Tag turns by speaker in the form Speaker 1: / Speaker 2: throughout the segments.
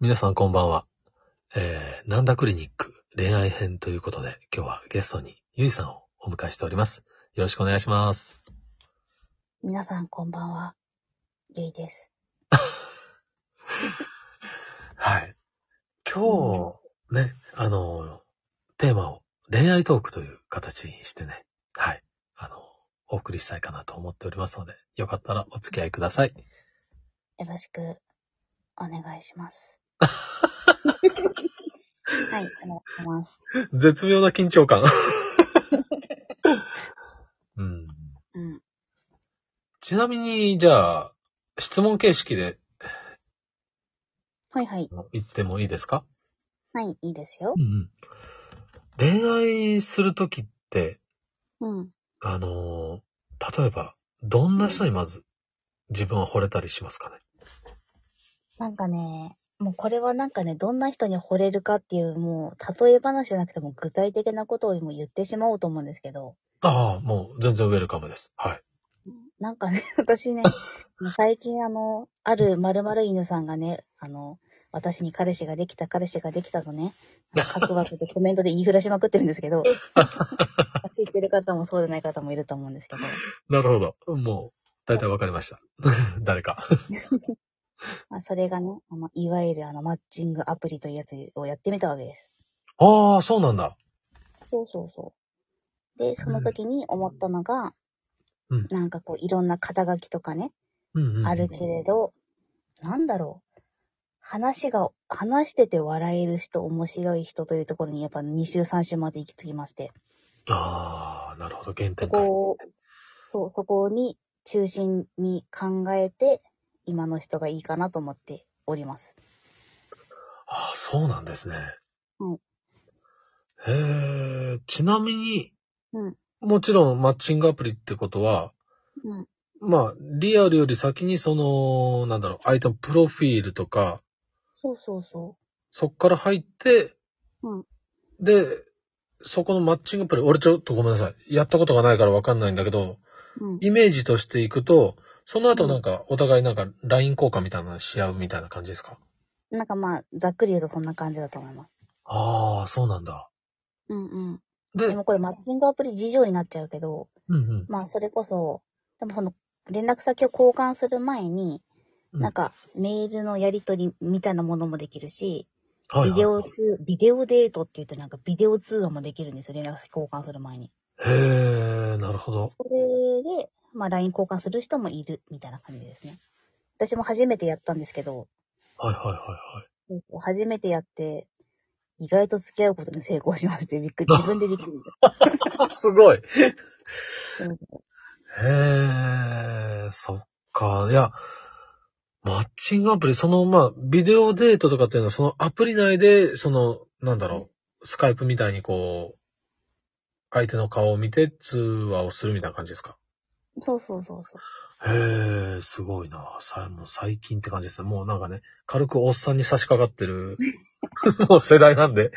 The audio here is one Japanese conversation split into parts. Speaker 1: 皆さんこんばんは。えー、なんだクリニック恋愛編ということで、今日はゲストにゆいさんをお迎えしております。よろしくお願いします。
Speaker 2: 皆さんこんばんは。ゆいです。
Speaker 1: はい。今日、ね、あの、テーマを恋愛トークという形にしてね、はい。あの、お送りしたいかなと思っておりますので、よかったらお付き合いください。
Speaker 2: よろしくお願いします。はい、お願いします。
Speaker 1: 絶妙な緊張感。 うん、
Speaker 2: うん。
Speaker 1: ちなみに、じゃあ、質問形式で
Speaker 2: はいはい。
Speaker 1: 言ってもいいですか
Speaker 2: はい、いいですよ。
Speaker 1: うんうん、恋愛するときって、
Speaker 2: うん。
Speaker 1: あのー例えば、どんな人にまず自分は惚れたりしますかね
Speaker 2: なんかね、もうこれはなんかね、どんな人に惚れるかっていう、もう、例え話じゃなくても具体的なことをもう言ってしまおうと思うんですけど、
Speaker 1: ああ、もう全然ウェルカムです。はい。
Speaker 2: なんかね、 私ね、最近あの、ある〇〇犬さんがね、あの、私に彼氏ができた、彼氏ができたとね、各枠でコメントで言いふらしまくってるんですけ ど、知ってる方もそうでない方もいると思うんですけど、
Speaker 1: なるほど。もう、だいたいわかりました。 誰か。
Speaker 2: まあ、それがね、あのいわゆるあのマッチングアプリというやつをやってみたわけで
Speaker 1: ああ、そうなんだ。
Speaker 2: す。そうそうそう。で、その時に思ったのが、
Speaker 1: うん
Speaker 2: なんかこういろんな肩書きとかね、
Speaker 1: うんうんうん、
Speaker 2: あるけれど、なんだろう。話が、話してて笑える人、面白い人というところに、やっぱ2週3週まで行き着きまして、
Speaker 1: ああ、なるほど。原
Speaker 2: そ
Speaker 1: 点回帰
Speaker 2: こを、そう、そこに中心に考えて、今の人がいいかなと思っております。
Speaker 1: ああ、そうなんですね。
Speaker 2: うん
Speaker 1: へえ、ちなみに、
Speaker 2: うん
Speaker 1: もちろんマッチングアプリってことは、
Speaker 2: うん。
Speaker 1: まあ、リアルより先にその、なんだろう、相手のプロフィールとか、
Speaker 2: そうそうそ
Speaker 1: そっから入って、
Speaker 2: うん
Speaker 1: で、そこのマッチングアプリ、俺ちょっとごめんなさい。やったことがないからわかんないんだけど、
Speaker 2: う。うん。
Speaker 1: イメージとしていくと、その後なんか、お互いなんか、LINE 交換みたいなのし合うみたいな感じですか
Speaker 2: なんかまあ、ざっくり言うとそんな感じだと思います。
Speaker 1: ああ、そうなんだ。
Speaker 2: うんうん。
Speaker 1: で、
Speaker 2: でもこれマッチングアプリ事情になっちゃうけど、
Speaker 1: うん
Speaker 2: まあそれこそ、でもその、連絡先を交換する前に、
Speaker 1: うん。
Speaker 2: なんか、メールのやり取りみたいなものもできるし、
Speaker 1: うん、はい
Speaker 2: ビデ
Speaker 1: はい、
Speaker 2: オ通、ビデオデートって言ってなんかビデオ通話もできるんですよ、連絡先交換する前に。
Speaker 1: へえ、なるほど。
Speaker 2: それで、まあ LINE 交換する人もいるみたいな感じですね。私も初めてやったんですけど、
Speaker 1: はいはいはいはい。
Speaker 2: 初めてやって、意外と付き合うことに成功しまして、びっくり、自分でびっくり。
Speaker 1: あ、すごい。
Speaker 2: うん
Speaker 1: へえ、そっか。いや、マッチングアプリ、その、まあ、ビデオデートとかっていうのは、そのアプリ内で、その、なんだろう、スカイプみたいにこう、相手の顔を見て通話をするみたいな感じですか
Speaker 2: そうそうそうそう。
Speaker 1: へえ、すごいな。さ、もう最近って感じですね。もうなんかね、軽くおっさんに差し掛かって る、もう世代なんで。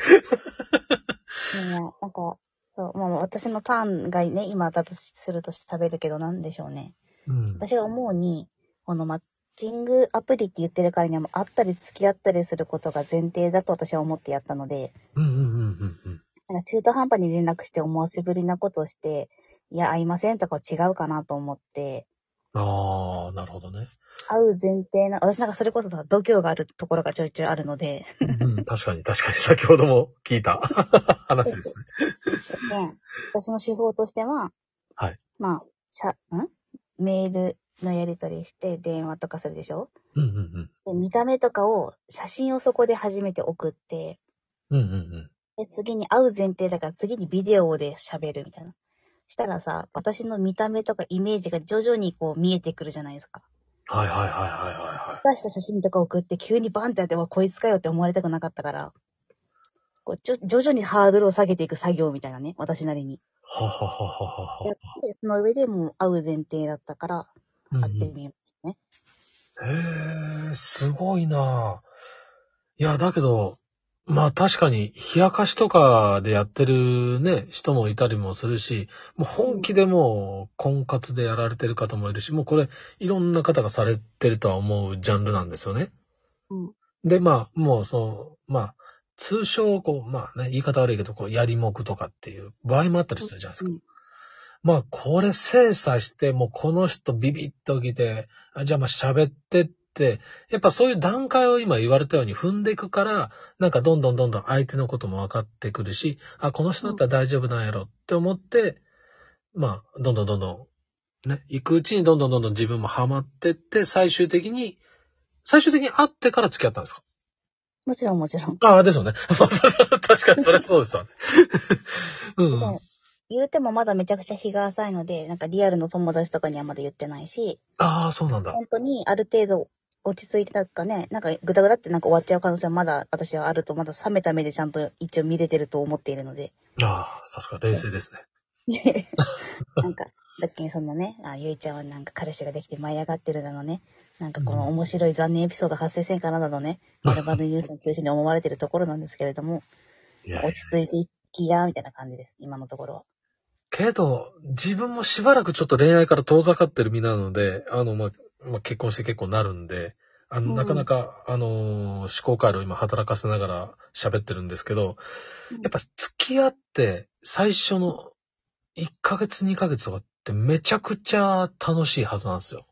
Speaker 2: いや、なんか、そう、まあ私のターンがね、今だとすると食べるけど、なんでしょうね。
Speaker 1: うん。
Speaker 2: 私が思うに、このマッチングアプリって言ってるからには、もう会ったり付き合ったりすることが前提だと私は思ってやったので、
Speaker 1: うんうんうんうんうん。
Speaker 2: なんか中途半端に連絡して思わせぶりなことをして、いや、会いませんとかは違うかなと思って、
Speaker 1: ああ、なるほどね。
Speaker 2: 会う前提な、私なんかそれこそさ、度胸があるところがちょいちょいあるので、
Speaker 1: うん、確かに確かに。先ほども聞い た話ですね。
Speaker 2: ね、私の手法としては、
Speaker 1: はい。
Speaker 2: まあ、しゃ、んメールのやり取りして電話とかするでしょ
Speaker 1: うんうん
Speaker 2: で見た目とかを、写真をそこで初めて送って、
Speaker 1: うん。うんうん
Speaker 2: で、次に会う前提だから次にビデオで喋るみたいな。したらさ、私の見た目とかイメージが徐々にこう見えてくるじゃないですか。
Speaker 1: うん。はいはいはいはいはいはい。
Speaker 2: 出した写真とか送って急にバンってやって、わ、こいつかよって思われたくなかったから、こうちょ徐々にハードルを下げていく作業みたいなね、私なりに。
Speaker 1: はははははは。
Speaker 2: で、その上でもう会う前提だったから、
Speaker 1: うんう
Speaker 2: 会って
Speaker 1: ん、
Speaker 2: みましたね。
Speaker 1: へえ、すごいなぁいや、だけど、まあ確かに、冷やかしとかでやってるね、人もいたりもするし、もう本気でもう婚活でやられてる方もいるし、もうこれ、いろんな方がされてるとは思うジャンルなんですよね。
Speaker 2: うん
Speaker 1: で、まあ、もう、その、まあ、通称、こう、まあね、言い方悪いけど、こう、やりもくとかっていう場合もあったりするじゃないですか。
Speaker 2: うん
Speaker 1: まあ、これ精査して、もうこの人ビビッときて、あじゃあまあ喋ってって、やっぱそういう段階を今言われたように踏んでいくから、なんかどんどんどんどん相手のことも分かってくるし、あ、この人だったら大丈夫なんやろって思って、まあ、どんどんどんどん、ね、行くうちにどんどんどんどん自分もハマってって、最終的に、最終的に会ってから付き合ったんですか
Speaker 2: もちろんもちろん。
Speaker 1: ああ、ですよね。 まあそうそう確かにそれはそうですわね。うんうん。
Speaker 2: もう言うてもまだめちゃくちゃ日が浅いので、なんかリアルの友達とかにはまだ言ってないし、
Speaker 1: ああ、そうなんだ。
Speaker 2: 本当にある程度落ち着いてたかね、なんかぐだぐだってなんか終わっちゃう可能性はまだ私はあると、まだ冷めた目でちゃんと一応見れてると思っている ので、
Speaker 1: ああ、さすが冷静ですね。
Speaker 2: なんか、だっけそのね、あ、ゆいちゃんはなんか彼氏ができて舞い上がってるだのね、なんかこの面白い残念エピソード発生せんかなだのね、
Speaker 1: うん
Speaker 2: バルバルニュースの中心に思われてるところなんですけれども、
Speaker 1: いやいや
Speaker 2: 落ち着いていきや、みたいな感じです、今のところは。
Speaker 1: けど、自分もしばらくちょっと恋愛から遠ざかってる身なので、あの、まあ、まあ、結婚して結構なるんで、あの、
Speaker 2: うん
Speaker 1: なかなか、あのー思考回路を今働かせながら喋ってるんですけど
Speaker 2: うん、
Speaker 1: やっぱ付き合って最初の1ヶ月2ヶ月とかってめちゃくちゃ楽しいはずなんですよ。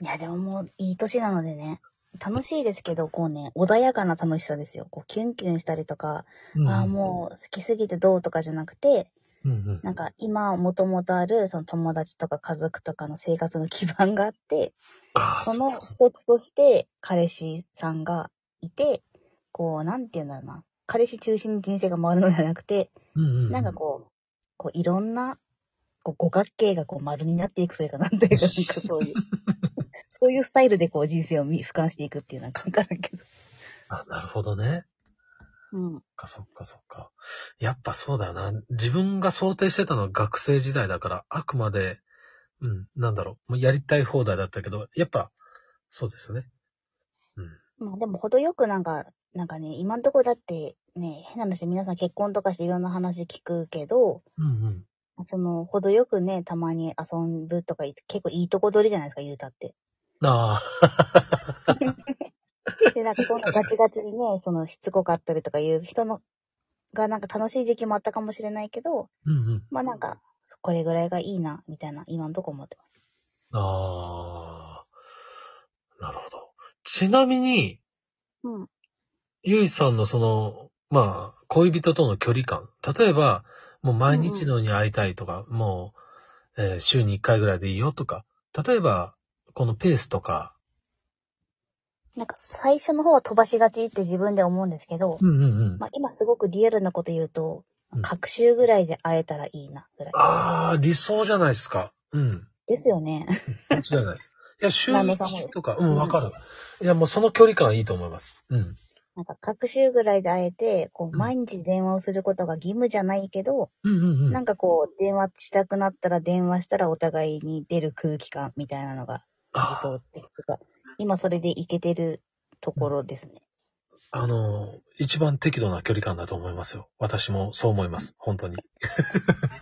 Speaker 2: いや、でももういい年なのでね、楽しいですけど、こうね、穏やかな楽しさですよ。こう、キュンキュンしたりとか、
Speaker 1: うん
Speaker 2: ああ、もう好きすぎてどうとかじゃなくて、
Speaker 1: うんうん。
Speaker 2: なんか今、もともとある、その友達とか家族とかの生活の基盤があって、
Speaker 1: ああ、
Speaker 2: そ
Speaker 1: そう
Speaker 2: の
Speaker 1: かそう
Speaker 2: 一つとして、彼氏さんがいて、こう、なんて言うんだろうな。彼氏中心に人生が回るのではなくて、
Speaker 1: うんうんうん。
Speaker 2: なんかこう、こういろんな、こう、五角形がこう丸になっていくというか、なんていうか、なんかそういう、そういうスタイルでこう人生を見俯瞰していくっていうのはわからんけど。
Speaker 1: あ、なるほどね。
Speaker 2: うん。
Speaker 1: そっかそっかそっか。やっぱそうだよな。自分が想定してたのは学生時代だから、あくまで、うん、なんだろう。もうやりたい放題だったけど、やっぱ、そうですよね。
Speaker 2: まあでも程よくなんか、なんかね、今のところだってね、変な話、皆さん結婚とかしていろんな話聞くけど、
Speaker 1: うんうん。
Speaker 2: その、程よくね、たまに遊ぶとか、結構いいとこ取りじゃないですか、言うたって。
Speaker 1: あ
Speaker 2: で、なんかそんなガチガチにね、そのしつこかったりとかいう人の、がなんか楽しい時期もあったかもしれないけど、
Speaker 1: ーうんうん。
Speaker 2: まあなんか、これぐらいがいいな、みたいな、今のとこ思ってます。
Speaker 1: ああ。なるほど。ちなみに、
Speaker 2: うん。
Speaker 1: ゆいさんのその、まあ、恋人との距離感。例えば、もう毎日のように会いたいとか、もう、えー週に1回ぐらいでいいよとか。例えば、このペースとか。
Speaker 2: なんか最初の方は飛ばしがちって自分で思うんですけど、
Speaker 1: うんうんうん。
Speaker 2: まあ今すごくリアルなこと言うと
Speaker 1: うん、
Speaker 2: 各週ぐらいで会えたらいいな、ぐらい。
Speaker 1: ああ、理想じゃないですか。うん。
Speaker 2: ですよね。
Speaker 1: 間違いないです。いや、週
Speaker 2: 旦那さんも
Speaker 1: 1とか、うん、わかる。いや、もうその距離感いいと思います。うん。
Speaker 2: なんか各週ぐらいで会えて、こ
Speaker 1: う
Speaker 2: うん毎日電話をすることが義務じゃないけど、
Speaker 1: うんうんう
Speaker 2: なん
Speaker 1: ん。
Speaker 2: かこう、電話したくなったら電話したらお互いに出る空気感みたいなのが理
Speaker 1: あー
Speaker 2: 想っていうか、今それでいけてるところですね。
Speaker 1: あのー、一番適度な距離感だと思いますよ。私もそう思います。本当に。
Speaker 2: だ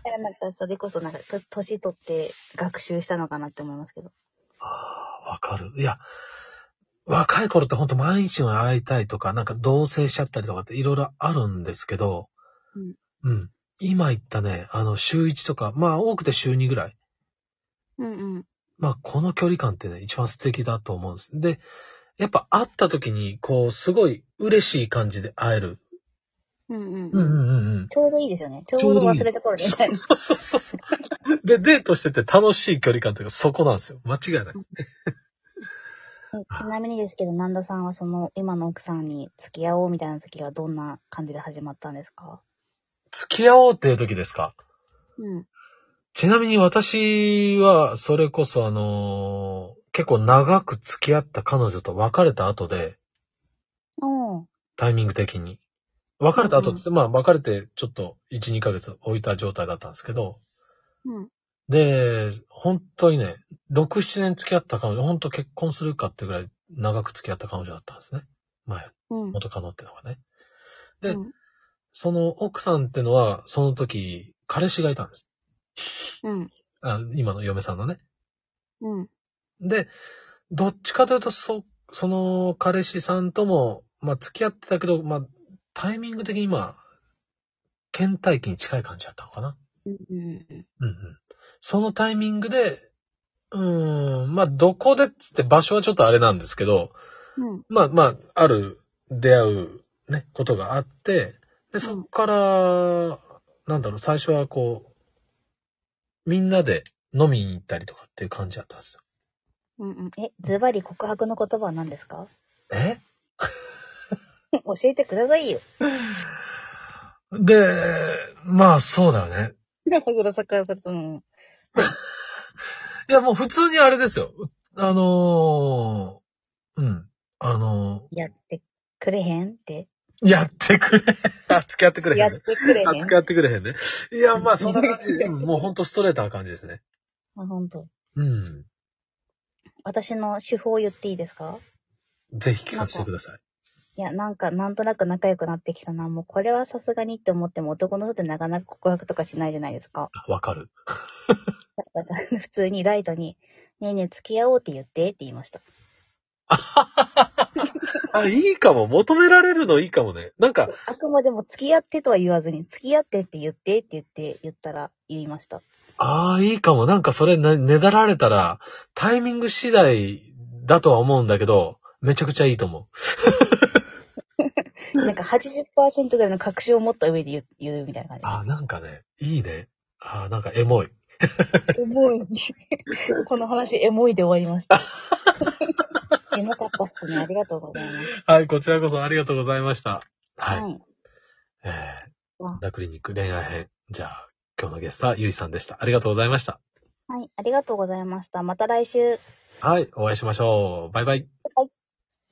Speaker 2: からなんかそれこそなんか、と年取って学習したのかなって思いますけど。
Speaker 1: ああ、わかる。いや、若い頃って本当毎日は会いたいとか、なんか同棲しちゃったりとかっていろいろあるんですけど、
Speaker 2: うん。
Speaker 1: うん。今言ったね、あの、週1とか、まあ多くて週2ぐらい。
Speaker 2: うんうん。
Speaker 1: まあ、この距離感ってね、一番素敵だと思うんです。で、やっぱ会った時に、こう、すごい嬉しい感じで会える。
Speaker 2: うんう
Speaker 1: うんうん
Speaker 2: ん。
Speaker 1: うんうん。
Speaker 2: ちょうどいいですよね。ちょ
Speaker 1: ちょう
Speaker 2: うど
Speaker 1: どいい
Speaker 2: 忘れた頃みた
Speaker 1: そ
Speaker 2: いうな。
Speaker 1: そうそうそう。で、デートしてて楽しい距離感というか、そこなんですよ。間違いない。
Speaker 2: え ちなみにですけど、南田さんはその今の奥さんに付き合おうみたいな時はどんな感じで始まったんですか
Speaker 1: 付き合おうっていう時ですか
Speaker 2: うん。
Speaker 1: ちなみに私は、それこそあのー結構長く付き合った彼女と別れた後で、
Speaker 2: おう
Speaker 1: タイミング的に。別れた後って、まあ別れてちょっと1、2ヶ月置いた状態だったんですけど、
Speaker 2: うん。
Speaker 1: で、本当にね、6、7年付き合った彼女、本当結婚するかってぐらい長く付き合った彼女だったんですね。前、
Speaker 2: うん。
Speaker 1: 元カノってのがね。
Speaker 2: う
Speaker 1: で
Speaker 2: ん。
Speaker 1: その奥さんってのは、その時、彼氏がいたんです。
Speaker 2: うん。
Speaker 1: あ今の嫁さんのね。
Speaker 2: うん。
Speaker 1: で、どっちかというと、そ、その彼氏さんとも、まあ、付き合ってたけど、まあ、タイミング的にまあ、倦怠期に近い感じだったのかな。
Speaker 2: うんうん。
Speaker 1: うんうん。そのタイミングで、うーん、まあ、どこでっつって場所はちょっとあれなんですけど、
Speaker 2: うん。
Speaker 1: まあまあ、ある出会うね、ことがあって、で、そっから、なんだろう、最初はこう、みんなで飲みに行ったりとかっていう感じだったんですよ。
Speaker 2: うんうん、え、ズバリ告白の言葉は何ですか
Speaker 1: え
Speaker 2: 教えてくださ いよ。
Speaker 1: で、まあそうだよね。
Speaker 2: マグロサカされたの。
Speaker 1: いやもう普通にあれですよ。あのー、うん。あの
Speaker 2: やってくれへんって。
Speaker 1: ー、やってくれ。 あ付き合ってくれへ
Speaker 2: や
Speaker 1: ん
Speaker 2: っ
Speaker 1: ね。
Speaker 2: てくれへん。
Speaker 1: あ付き合ってくれへんね。いや、 まあそんな感じ。
Speaker 2: うん
Speaker 1: うんもうほんとストレートな感じですね。
Speaker 2: あ、本当。
Speaker 1: うん。
Speaker 2: 私の手法を言っていいですか
Speaker 1: ぜひ聞かせてください。
Speaker 2: いや、なんか、なんとなく仲良くなってきたな。もう、これはさすがにって思っても、男の人ってなかなか告白とかしないじゃないですか。
Speaker 1: わかる。
Speaker 2: だから普通にライトに、ねえねえ、付き合おうって言ってって言いました。
Speaker 1: あ、いいかも。求められるのいいかもね。なんか、
Speaker 2: あくまでも付き合ってとは言わずに、付き合ってって言ってって言って、言ったら言いました。
Speaker 1: ああ、いいかも。なんかそれね、ねだられたら、タイミング次第だとは思うんだけど、めちゃくちゃいいと思
Speaker 2: なんか80%ぐらいの確証を持った上で言う言うみたいな
Speaker 1: う。あ
Speaker 2: 感
Speaker 1: あ、なんかね、いいね。ああ、なんかエモい。
Speaker 2: じです。エモい。この話、エモいで終わりま した。エモかったっすね。ありがとうございます。
Speaker 1: はい、こちらこそありがとうございました。はい。
Speaker 2: はい。
Speaker 1: えー
Speaker 2: わ、
Speaker 1: ダクリニック恋愛編。じゃあ、今日のゲストはゆりさんでした。ありがとうございました。
Speaker 2: はい。ありがとうございました。また来週。
Speaker 1: はい、お会いしましょう。バイバイ。